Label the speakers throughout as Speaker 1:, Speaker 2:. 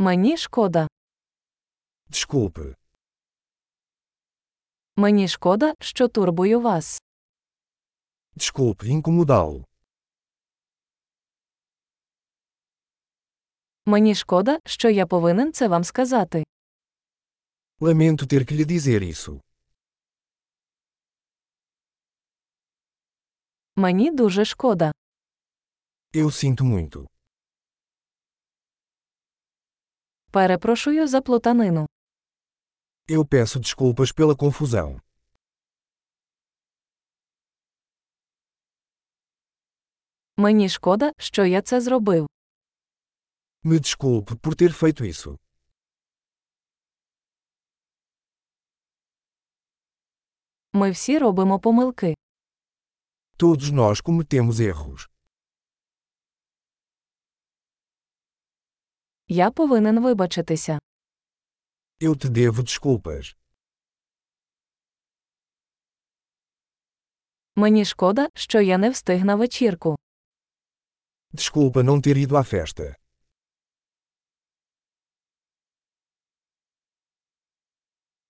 Speaker 1: Мені шкода.
Speaker 2: Desculpe.
Speaker 1: Мені шкода, що турбую вас.
Speaker 2: Desculpe incomodá-lo.
Speaker 1: Мені шкода, що я повинен це вам сказати.
Speaker 2: Lamento ter que lhe dizer isso.
Speaker 1: Мені дуже шкода.
Speaker 2: Eu sinto muito.
Speaker 1: Перепрошую за плутанину.
Speaker 2: Eu peço desculpas pela confusão.
Speaker 1: Мені шкода, що я це зробив.
Speaker 2: Me desculpe por ter feito isso.
Speaker 1: Ми всі робимо помилки.
Speaker 2: Todos nós cometemos erros.
Speaker 1: Я повинен вибачитися.
Speaker 2: Eu te devo desculpas.
Speaker 1: Мені шкода, що я не встиг на вечірку.
Speaker 2: Desculpa não ter ido à festa.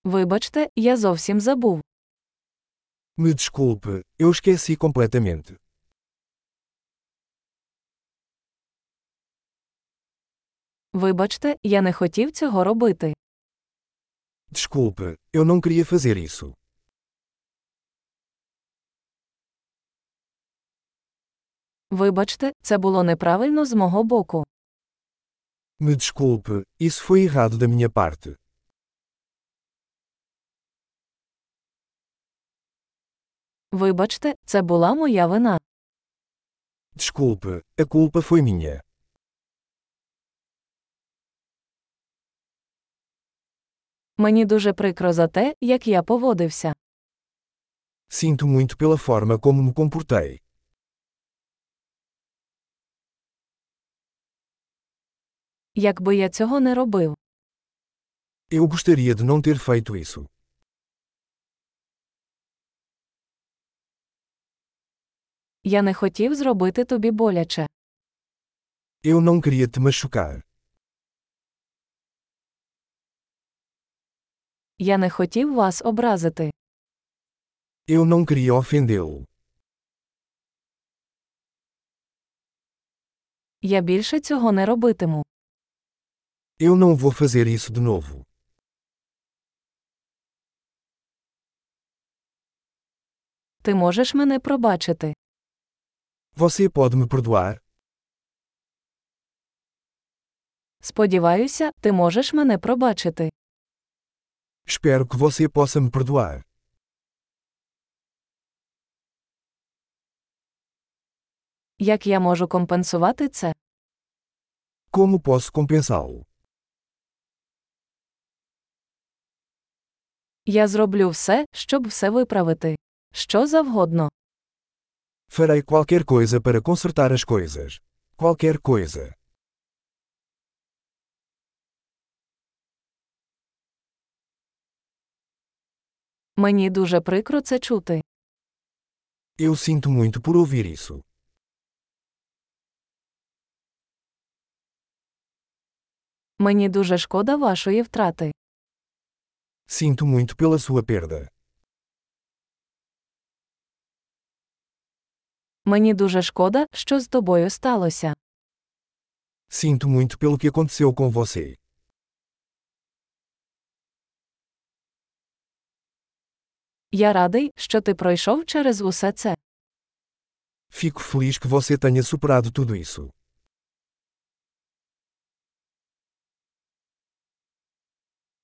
Speaker 1: Вибачте, я зовсім забув.
Speaker 2: Me desculpe, eu esqueci completamente.
Speaker 1: Вибачте, я не хотів цього робити.
Speaker 2: Desculpe, eu não queria fazer isso.
Speaker 1: Вибачте, це було неправильно з мого боку.
Speaker 2: Me desculpe, isso foi errado da minha parte.
Speaker 1: Вибачте, це була моя вина.
Speaker 2: Desculpe, a culpa foi minha.
Speaker 1: Мені дуже прикро за те, як я поводився.
Speaker 2: Sinto muito pela forma como me comportei.
Speaker 1: Якби я цього не робив,
Speaker 2: Eu gostaria de não ter feito isso.
Speaker 1: я не хотів зробити тобі боляче.
Speaker 2: Eu não queria te machucar.
Speaker 1: Я не хотів вас образити.
Speaker 2: Eu não queria ofendê-lo.
Speaker 1: Я більше цього не робитиму.
Speaker 2: Eu não vou fazer isso de novo.
Speaker 1: Ти можеш мене пробачити.
Speaker 2: Você pode me perdoar?
Speaker 1: Сподіваюся, ти можеш мене пробачити.
Speaker 2: Espero que você possa me perdoar.
Speaker 1: Як я можу компенсувати це?
Speaker 2: Como posso compensá-lo?
Speaker 1: Я зроблю все, щоб все виправити. Що завгодно.
Speaker 2: Farei qualquer coisa para consertar as coisas. Qualquer coisa.
Speaker 1: Мені дуже прикро це чути.
Speaker 2: Eu sinto muito por ouvir isso.
Speaker 1: Мені дуже шкода вашої втрати.
Speaker 2: Sinto muito pela sua perda.
Speaker 1: Мені дуже шкода, що з тобою сталося.
Speaker 2: Sinto muito pelo que aconteceu com você.
Speaker 1: Я радий, що ти пройшов через усе це.
Speaker 2: Fico feliz que você tenha superado tudo isso.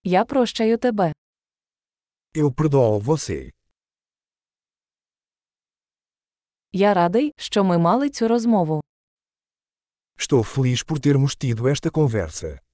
Speaker 1: Я прощаю тебе.
Speaker 2: Eu perdoo você.
Speaker 1: Я радий, що ми мали цю розмову.
Speaker 2: Estou feliz por termos tido esta conversa.